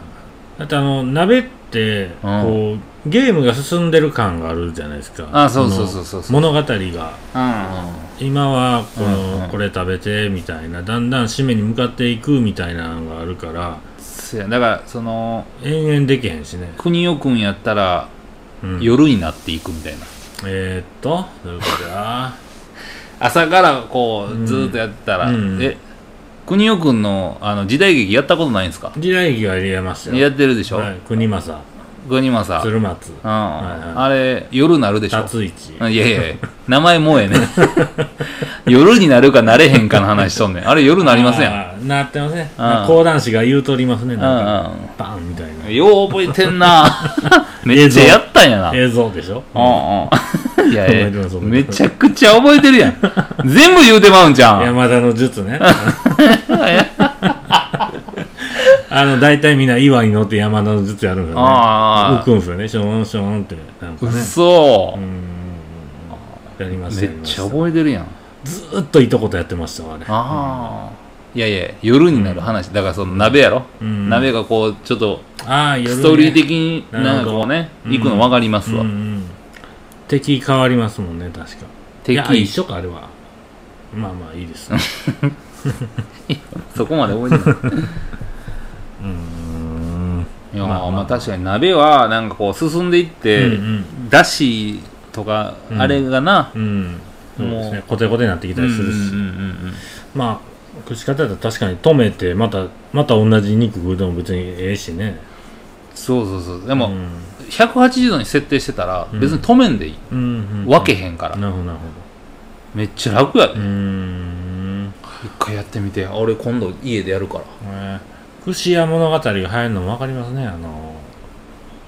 Speaker 2: だってあの、鍋って、
Speaker 1: うん
Speaker 2: こう、ゲームが進んでる感があるじゃないですか。
Speaker 1: あそうそうそうそうそう
Speaker 2: の物語が。
Speaker 1: うん
Speaker 2: 今はこ
Speaker 1: うんう
Speaker 2: の
Speaker 1: ん
Speaker 2: これ食べてみたいなだんだん締めに向かっていくみたいなのがあるから
Speaker 1: せやだからその
Speaker 2: 延々できへんしね、
Speaker 1: 国尾君やったら
Speaker 2: うん、
Speaker 1: 夜になっていくみたいな、
Speaker 2: えー、っとどういうことだ [LAUGHS]
Speaker 1: 朝からこうずーっとやってたら、
Speaker 2: うん
Speaker 1: え国尾くんのあの時代劇やったことないんですか
Speaker 2: 時代劇は入れますよ。
Speaker 1: やってるでしょ、
Speaker 2: はい、国政、
Speaker 1: 国政うん、
Speaker 2: 鶴松、いはい
Speaker 1: あれ夜なるでしょ
Speaker 2: 達一。
Speaker 1: いやいやいや名前もうええね [LAUGHS] 夜になるかなれへんかの話しとんねんあれ夜なりませんやん
Speaker 2: あーなってません。講談師が言うとりますね。なんか、バンみたいな。
Speaker 1: よう覚えてん
Speaker 2: [LAUGHS]
Speaker 1: なめっちゃやったんやな
Speaker 2: 映像でしょ
Speaker 1: うんうん。いやいや
Speaker 2: 覚えてます覚えてます
Speaker 1: めちゃくちゃ覚えてるやん。全部言うてまうんじゃん。
Speaker 2: 山田の
Speaker 1: [LAUGHS]
Speaker 2: 術ね。あの、大体みんな岩に乗って山田の術やるんだ
Speaker 1: あ
Speaker 2: よ
Speaker 1: あ
Speaker 2: ね。浮くんすよね。ショーンショーンって。なんか
Speaker 1: う
Speaker 2: ね。
Speaker 1: そ、
Speaker 2: うーん。やります
Speaker 1: め
Speaker 2: やり
Speaker 1: っ
Speaker 2: ま
Speaker 1: ち
Speaker 2: す
Speaker 1: ゃ覚えてるやん。
Speaker 2: ずーっといとことやってましたわね。
Speaker 1: ああ。いやいや、夜になる話。だからその鍋やろ。
Speaker 2: うん
Speaker 1: 鍋がこう、ちょっと、
Speaker 2: ああ、夜ね
Speaker 1: ストーリー的に
Speaker 2: なる
Speaker 1: なんか
Speaker 2: ほ
Speaker 1: こ
Speaker 2: ど
Speaker 1: うね、
Speaker 2: うん
Speaker 1: 行くの分かりますわ。
Speaker 2: うんうん敵変わりますもんね確かいや一
Speaker 1: 敵、
Speaker 2: 緒かあれはまあまあいいですね
Speaker 1: そこまで覚えてない。
Speaker 2: うーん
Speaker 1: [LAUGHS] いや、
Speaker 2: まあ
Speaker 1: ま
Speaker 2: ま
Speaker 1: あ、
Speaker 2: あ
Speaker 1: 確かに鍋は、なんかこう、進んでいって、
Speaker 2: うんうん
Speaker 1: だしとか、あれがな、
Speaker 2: うんそうです
Speaker 1: も
Speaker 2: ねコテコテになってきたりするし、
Speaker 1: うんうんうんうん
Speaker 2: まあ串カツやったら確かに止めてまたまた同じ肉食うても別にええしね
Speaker 1: そうそうそう。でも、
Speaker 2: うん
Speaker 1: 180度に設定してたら
Speaker 2: うん
Speaker 1: 別に止めんでいい、
Speaker 2: うんうん
Speaker 1: 分けへんから、
Speaker 2: なるほどなるほ
Speaker 1: めっちゃ楽やで、
Speaker 2: どうーん
Speaker 1: 一回やってみて俺今度家でやるから
Speaker 2: えー串屋物語が流行るのも分かりますねあの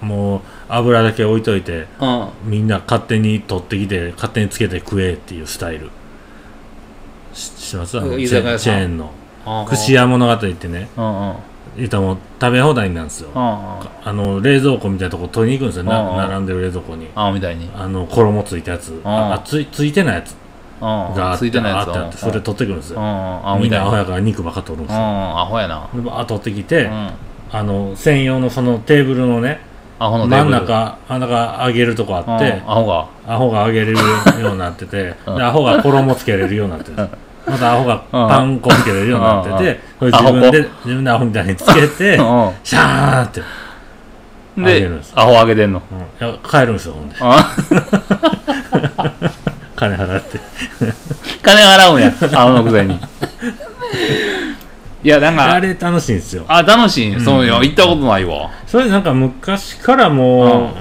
Speaker 2: もう油だけ置いといて
Speaker 1: うん
Speaker 2: みんな勝手に取ってきて勝手につけて食えっていうスタイルししてますあの
Speaker 1: 居
Speaker 2: チェ
Speaker 1: 酒
Speaker 2: ー
Speaker 1: 屋
Speaker 2: ン
Speaker 1: さん
Speaker 2: チェーンの
Speaker 1: あー
Speaker 2: 串屋物語ってね
Speaker 1: うんうんうん
Speaker 2: 言うたらもう食べ放題なんですよ
Speaker 1: あ
Speaker 2: あの冷蔵庫みたいなとこ取りに行くんですよ
Speaker 1: うんうん
Speaker 2: な並んでる冷蔵庫に
Speaker 1: あみたいに
Speaker 2: あの衣ついたやつ
Speaker 1: ん
Speaker 2: ああついついてないやつが
Speaker 1: ああ
Speaker 2: あって
Speaker 1: ついてないやつ
Speaker 2: あってあってそれ取ってくるんです
Speaker 1: うんう
Speaker 2: よ
Speaker 1: んあ
Speaker 2: み
Speaker 1: み
Speaker 2: ん
Speaker 1: たいに
Speaker 2: なア
Speaker 1: う
Speaker 2: ホ
Speaker 1: ん
Speaker 2: やから肉ばっか取るんですよ
Speaker 1: アホやな
Speaker 2: でバーッと取ってき
Speaker 1: う
Speaker 2: て
Speaker 1: ん
Speaker 2: あの専用のそのテーブルのね
Speaker 1: アホのテー
Speaker 2: 真
Speaker 1: ブ
Speaker 2: ん
Speaker 1: ル
Speaker 2: 中真ん中上げるとこあって
Speaker 1: うんアホが
Speaker 2: アホが揚げれるようになっ
Speaker 1: [LAUGHS]
Speaker 2: てて、
Speaker 1: うん
Speaker 2: でアホが衣つけれるようになってて、
Speaker 1: [LAUGHS]
Speaker 2: またアホがパン粉つけれるようになってて、こ
Speaker 1: ん
Speaker 2: れ自分で、
Speaker 1: ア
Speaker 2: 自分でアホみたいにつ
Speaker 1: [LAUGHS] う
Speaker 2: けて、シャーンって、
Speaker 1: ん
Speaker 2: あげ
Speaker 1: で
Speaker 2: るんです
Speaker 1: アホあげてんの [LAUGHS]
Speaker 2: うんいや帰るんですよ、ほんで。
Speaker 1: あ
Speaker 2: 金払って。
Speaker 1: 金払うんやアホのくせにいやなん
Speaker 2: あ
Speaker 1: か
Speaker 2: れ楽しいんですよ。
Speaker 1: あ楽しいそうよ行ったことないわ
Speaker 2: それなんか昔から
Speaker 1: う
Speaker 2: も
Speaker 1: ん
Speaker 2: う、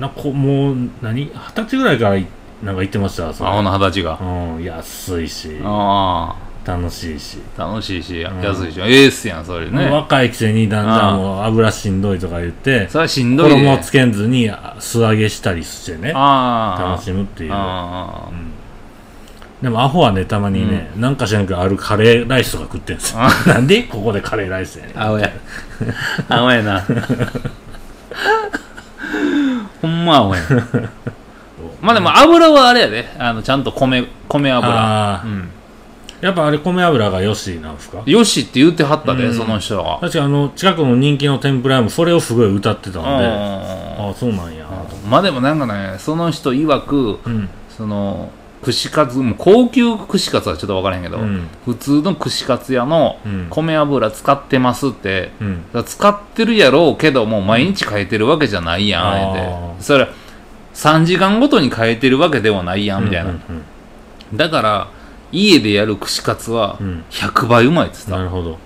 Speaker 2: なんかこうもう、何二十歳ぐらいからいなんか行ってました、それ
Speaker 1: アホの二十歳が
Speaker 2: うん、安いし、
Speaker 1: あ
Speaker 2: 楽しいし。
Speaker 1: あ楽しいし
Speaker 2: ん
Speaker 1: 安いし、ええっすやんそれね
Speaker 2: 若いくせにだんだんもう油しんどいとか言って、
Speaker 1: それはしんどいで
Speaker 2: 衣をつけんずにあ素揚げしたりしてね。
Speaker 1: ああ
Speaker 2: 楽しむっていう、
Speaker 1: あ
Speaker 2: うんでもアホはねたまにね、なんか知らんけどあるカレーライスとか食ってんすよなんでここでカレーライスやねん
Speaker 1: あ青や青やなほんま青やまあでも油はあれやであのちゃんと米米油
Speaker 2: あ
Speaker 1: う
Speaker 2: ー
Speaker 1: ん
Speaker 2: やっぱあれ米油がよしなんですか
Speaker 1: よしって言ってはったで、
Speaker 2: うん
Speaker 1: その人が
Speaker 2: 確かあの近くの人気の天ぷら屋もそれをすごい歌ってたん
Speaker 1: う
Speaker 2: で、あ
Speaker 1: ん
Speaker 2: あそうなんやと
Speaker 1: まあでもなんかねその人曰く
Speaker 2: うん
Speaker 1: その串カツもう高級串カツはちょっと分からへんけど、
Speaker 2: うん
Speaker 1: 普通の串カツ屋の
Speaker 2: うん
Speaker 1: 米油使ってますって、
Speaker 2: うん
Speaker 1: だから使ってるやろうけどもう毎日変えてるわけじゃないや
Speaker 2: う
Speaker 1: ん、
Speaker 2: んあ
Speaker 1: ってそれ3時間ごとに変えてるわけではないやんみたいな、
Speaker 2: うんうん
Speaker 1: だから家でやる串カツは
Speaker 2: うん
Speaker 1: 100倍うまいって
Speaker 2: う
Speaker 1: 言
Speaker 2: ん
Speaker 1: っ
Speaker 2: な
Speaker 1: て
Speaker 2: るほど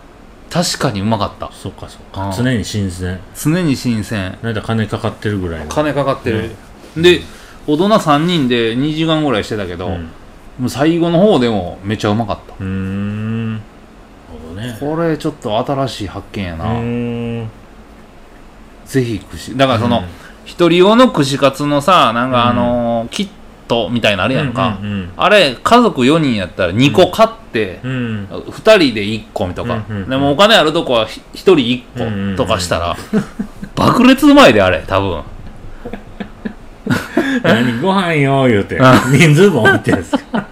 Speaker 1: た、確かにうまかった
Speaker 2: そっかそっ
Speaker 1: あ
Speaker 2: か
Speaker 1: ー
Speaker 2: 常に新鮮
Speaker 1: 常に新鮮
Speaker 2: なんだ金かかってるぐらいの
Speaker 1: 金かかってる、で大人3人で2時間ぐらいしてたけど、
Speaker 2: うん
Speaker 1: もう最後の方でもめちゃうまかった
Speaker 2: うーんなるほどね
Speaker 1: これちょっと新しい発見や
Speaker 2: う
Speaker 1: な、
Speaker 2: ーん
Speaker 1: ぜひ串だからその、
Speaker 2: うん
Speaker 1: 一人用の串カツのさなんかあ
Speaker 2: うん
Speaker 1: のーキットみたいなのあれやんか、
Speaker 2: うんうんうん
Speaker 1: あれ家族4人やったら2個買って、
Speaker 2: うん
Speaker 1: 2人で1個とか、
Speaker 2: うんうんうん
Speaker 1: でもお金あるとこは1人
Speaker 2: うんうんう
Speaker 1: 1
Speaker 2: ん
Speaker 1: 個とかしたら、爆裂うまいであれ多分
Speaker 2: 何ご飯よ言うて人数も多いってんですか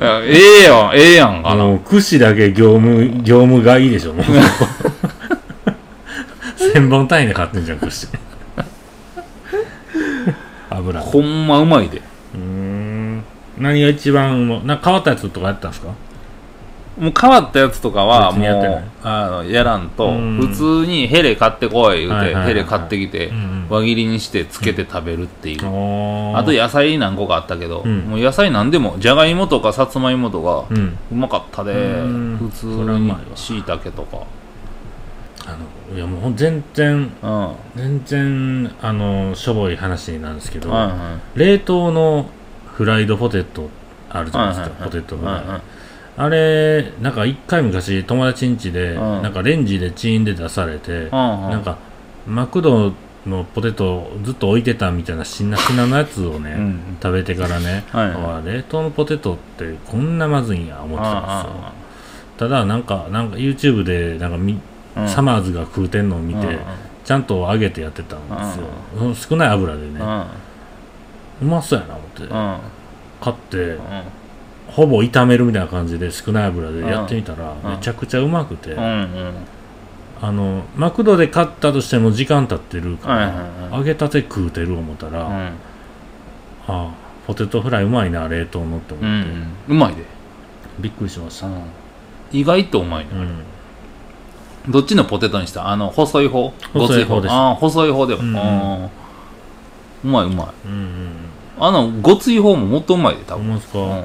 Speaker 1: ええやんええやん
Speaker 2: あ
Speaker 1: かな、
Speaker 2: の串だけ業務業務がいい
Speaker 1: [LAUGHS]
Speaker 2: でしょもう千本単位で買ってんじゃ
Speaker 1: [LAUGHS]
Speaker 2: ん串油う
Speaker 1: ほんまうまいで
Speaker 2: ーん何が一番もな変わったやつとかやったんですか
Speaker 1: もう変わったやつとかは
Speaker 2: 別に
Speaker 1: も
Speaker 2: やってないう
Speaker 1: あのやらんと、
Speaker 2: うん
Speaker 1: 普通にヘレ買ってこい言うて、
Speaker 2: はいはいはいは
Speaker 1: ヘ
Speaker 2: い
Speaker 1: レ買ってきて、
Speaker 2: うん
Speaker 1: 輪切りにしてつけて食べるっていう、あ
Speaker 2: あ
Speaker 1: と野菜何個かあったけど、
Speaker 2: うん
Speaker 1: もう野菜何でもじゃがいもとかさつまいもとか、
Speaker 2: うん
Speaker 1: うまかったで
Speaker 2: うん
Speaker 1: 普通
Speaker 2: それはうま
Speaker 1: に
Speaker 2: いわ
Speaker 1: しいたけとか
Speaker 2: あのいやもう全然
Speaker 1: うんは
Speaker 2: 全然あのしょぼい話なんですけ
Speaker 1: い
Speaker 2: ど、
Speaker 1: は
Speaker 2: 冷凍のフライドポテトある
Speaker 1: い
Speaker 2: じゃ
Speaker 1: は
Speaker 2: ない
Speaker 1: い
Speaker 2: で
Speaker 1: はい
Speaker 2: すか、ポテト
Speaker 1: う
Speaker 2: フ
Speaker 1: ん
Speaker 2: ライ
Speaker 1: うん
Speaker 2: あれなんか一回昔友達ん家で、
Speaker 1: うん
Speaker 2: なんかレンジでチーンで出されて、
Speaker 1: うんうん
Speaker 2: なんかマクドのポテトをずっと置いてたみたいなしなしなのやつをね、
Speaker 1: うん
Speaker 2: 食べてからね、
Speaker 1: はい
Speaker 2: あ冷凍のポテトってこんなまずいんや思ってたんですよ
Speaker 1: あ
Speaker 2: ただなんかなんか YouTube でなんかみ、
Speaker 1: あああうん
Speaker 2: サマーズが食うてんのを見て、
Speaker 1: うんうん
Speaker 2: ちゃんと揚げてやってたんですよ、うん少ない油でね、うまそうやな思って、
Speaker 1: うんうん
Speaker 2: 買って
Speaker 1: うん
Speaker 2: ほぼ炒めるみたいな感じで少ない油でやってみたら、
Speaker 1: うん
Speaker 2: めちゃくちゃうまくて、
Speaker 1: うんうん
Speaker 2: あのマクドで買ったとしても時間経ってるから、
Speaker 1: はいはいはい
Speaker 2: 揚げたて食うてる思ったら、
Speaker 1: う
Speaker 2: あ
Speaker 1: ん
Speaker 2: あポテトフライうまいな冷凍のって思っ
Speaker 1: う
Speaker 2: て、
Speaker 1: んうまいで
Speaker 2: びっくりしました、
Speaker 1: 意外とうまいね
Speaker 2: うん
Speaker 1: どっちのポテトにしたあの細い方
Speaker 2: 細い方です
Speaker 1: ああ細い方で
Speaker 2: うんうん
Speaker 1: もうまいうまい
Speaker 2: うんうん
Speaker 1: あのごつい方ももっとうまいで多
Speaker 2: 思
Speaker 1: 分
Speaker 2: いますか、
Speaker 1: うん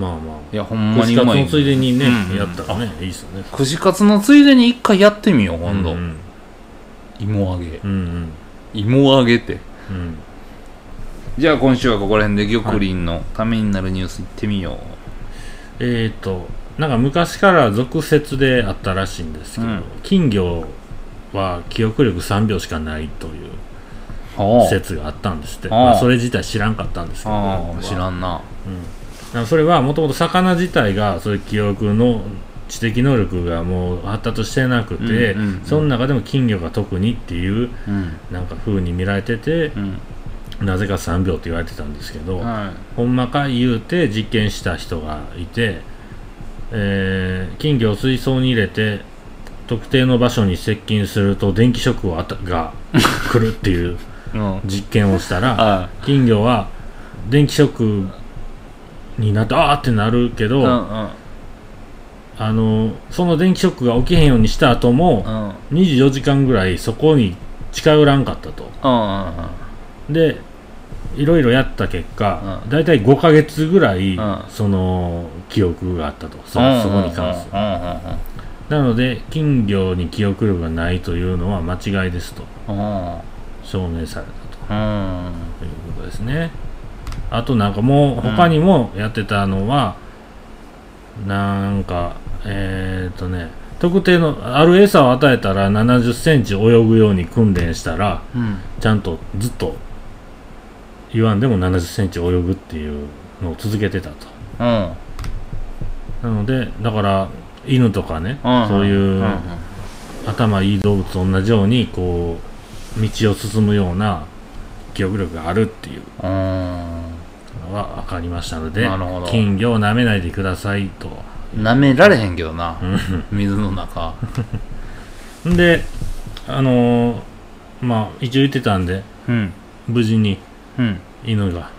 Speaker 2: まあま
Speaker 1: いやほん
Speaker 2: あ
Speaker 1: まに
Speaker 2: 串カ
Speaker 1: う
Speaker 2: ツ
Speaker 1: まい
Speaker 2: のついでにね、
Speaker 1: うん
Speaker 2: やったらねいいですよね
Speaker 1: 串カツのついでに一回やってみよう今度、
Speaker 2: うんうん
Speaker 1: 芋揚げ
Speaker 2: うんうん
Speaker 1: 芋揚げって
Speaker 2: うん
Speaker 1: じゃあ今週はここら辺で玉林のためになるニュースいってみよう、
Speaker 2: えっ、となんか昔から俗説であったらしいんですけど、
Speaker 1: うん
Speaker 2: 金魚は記憶力3秒しかないという
Speaker 1: はあ
Speaker 2: 説があったんですって
Speaker 1: ああ
Speaker 2: まあ、それ自体知らんかったんですけど
Speaker 1: あ
Speaker 2: 僕
Speaker 1: あ
Speaker 2: は
Speaker 1: 知らんな
Speaker 2: うんだからそれはもともと魚自体がそういう記憶の知的能力がもう発達してなくて、
Speaker 1: うんうんうん
Speaker 2: その中でも金魚が特にっていう
Speaker 1: うん
Speaker 2: なんか風に見られてて
Speaker 1: う、ん
Speaker 2: なぜか3秒って言われてたんですけど、
Speaker 1: は
Speaker 2: ほんまか言うて実験した人がいて、えー金魚を水槽に入れて特定の場所に接近すると電気ショックをあたが来るってい
Speaker 1: い
Speaker 2: う
Speaker 1: うん
Speaker 2: 実験をした
Speaker 1: [LAUGHS]
Speaker 2: ら
Speaker 1: あ
Speaker 2: 金魚は電気ショックになってあーってなるけ
Speaker 1: あ
Speaker 2: ど、
Speaker 1: うん
Speaker 2: あのその電気ショックが起きへんようにした後
Speaker 1: う
Speaker 2: も
Speaker 1: んうん
Speaker 2: 24時間ぐらいそこに近寄らんかったと。
Speaker 1: う
Speaker 2: でいろいろやった結果、
Speaker 1: うん
Speaker 2: 大体5ヶ月ぐらい、
Speaker 1: うん
Speaker 2: その記憶があったとそ,、
Speaker 1: んうん
Speaker 2: そこに関する、
Speaker 1: うんうん
Speaker 2: なので金魚に記憶力がないというのは間違いですと
Speaker 1: うんうん
Speaker 2: 証明された
Speaker 1: うん
Speaker 2: ということですねあとなんかもう他にもやってたのは、なんかえっ、とね特定のある餌を与えたら7 0センチ泳ぐように訓練したら
Speaker 1: うん
Speaker 2: ちゃんとずっと言わんでも70センチ泳ぐっていうのを続けてたと。
Speaker 1: うん
Speaker 2: なので、だから犬とかね、そういう
Speaker 1: うん
Speaker 2: 頭いい動物と同じように、こう、道を進むような記憶力があるっていう
Speaker 1: うん
Speaker 2: のが分かりましたので
Speaker 1: なるほど、
Speaker 2: 金魚を舐めないでくださいと。
Speaker 1: 舐められへんけどな
Speaker 2: う
Speaker 1: 水の中
Speaker 2: んで、あのーまあ、一応言ってたんで、
Speaker 1: うん
Speaker 2: 無事に
Speaker 1: うん
Speaker 2: 犬が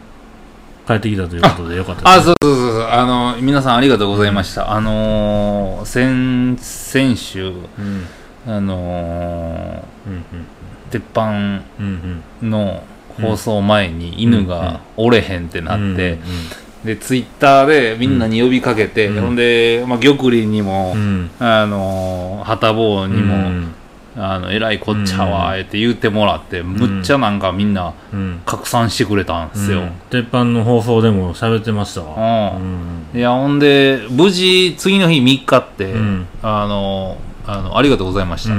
Speaker 2: 帰ってきたということでよかった
Speaker 1: あ、
Speaker 2: です。
Speaker 1: そうそうそうそう。あの、皆さんありがとうございました。あのー、先、先週、
Speaker 2: うん、
Speaker 1: あのー、
Speaker 2: うん、
Speaker 1: 鉄板
Speaker 2: うん、うん、
Speaker 1: の放送前に犬が折れへんって
Speaker 2: うん。
Speaker 1: なって、
Speaker 2: うんうん
Speaker 1: で、ツイッターでみんなに呼びかけて、
Speaker 2: うん
Speaker 1: ほんで、まあ、玉林にも、
Speaker 2: うん
Speaker 1: あのー、旗坊にも、
Speaker 2: うん
Speaker 1: あの、えらいこっちゃわ、えって言ってもらって、むっちゃなんかみんな
Speaker 2: うん
Speaker 1: 拡散してくれたんですよ。
Speaker 2: うん鉄板の放送でも喋ってました
Speaker 1: う
Speaker 2: わ
Speaker 1: ん
Speaker 2: う。ん
Speaker 1: いや、ほんで、無事、次の日3日って、
Speaker 2: うん
Speaker 1: あの、あの、ありがとうございまし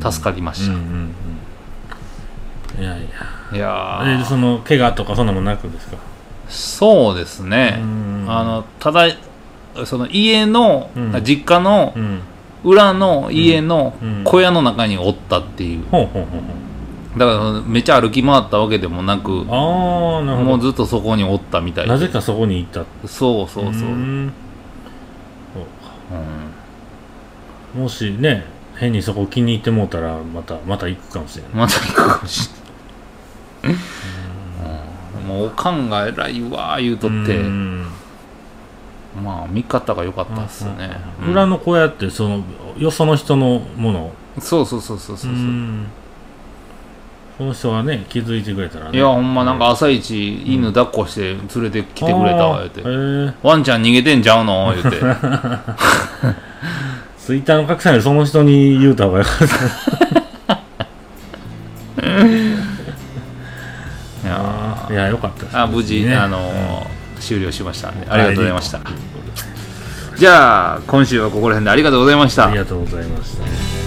Speaker 1: た。助か
Speaker 2: り
Speaker 1: りました。
Speaker 2: いやい
Speaker 1: いや
Speaker 2: やで
Speaker 1: ー
Speaker 2: その怪我とかそんなもんなくですか
Speaker 1: そうですね。あ
Speaker 2: あ
Speaker 1: の、ただ、その家の、
Speaker 2: うん
Speaker 1: 実家の
Speaker 2: う、ん
Speaker 1: 裏の家の
Speaker 2: うん
Speaker 1: 小屋の中におったっていう。
Speaker 2: ほうほうほうほう
Speaker 1: だから、めちゃ歩き回ったわけでもなく、
Speaker 2: ああなる
Speaker 1: も
Speaker 2: ほ
Speaker 1: う
Speaker 2: ど
Speaker 1: ずっとそこにおったみたいで
Speaker 2: なぜかそこに行った
Speaker 1: そうそうそう。うん
Speaker 2: んそうかもしね変にそこ気に入ってもうたらまたまた行くかもしれない
Speaker 1: また行くかもしれない。うんもうおかんが偉いわー言うとって、
Speaker 2: うん
Speaker 1: うまあ見方が良かったですね、うん
Speaker 2: 裏の小屋ってそのよその人のもの
Speaker 1: そうそうそうそうそうう、
Speaker 2: んその人がね気づいてくれたらね
Speaker 1: いやほんまなんか朝一犬抱っこして連れてきてくれたわ言うて
Speaker 2: あーへえ
Speaker 1: ワンちゃん逃げてんちゃうの言う [LAUGHS] て
Speaker 2: ツイッターの格差よりその人に言うた方がよかった
Speaker 1: いや
Speaker 2: いやよかったです
Speaker 1: あ無事、
Speaker 2: ね
Speaker 1: あのー終了しましたんでありがとうございましたじゃあ今週はここら辺でありがとうございました
Speaker 2: ありがとうございました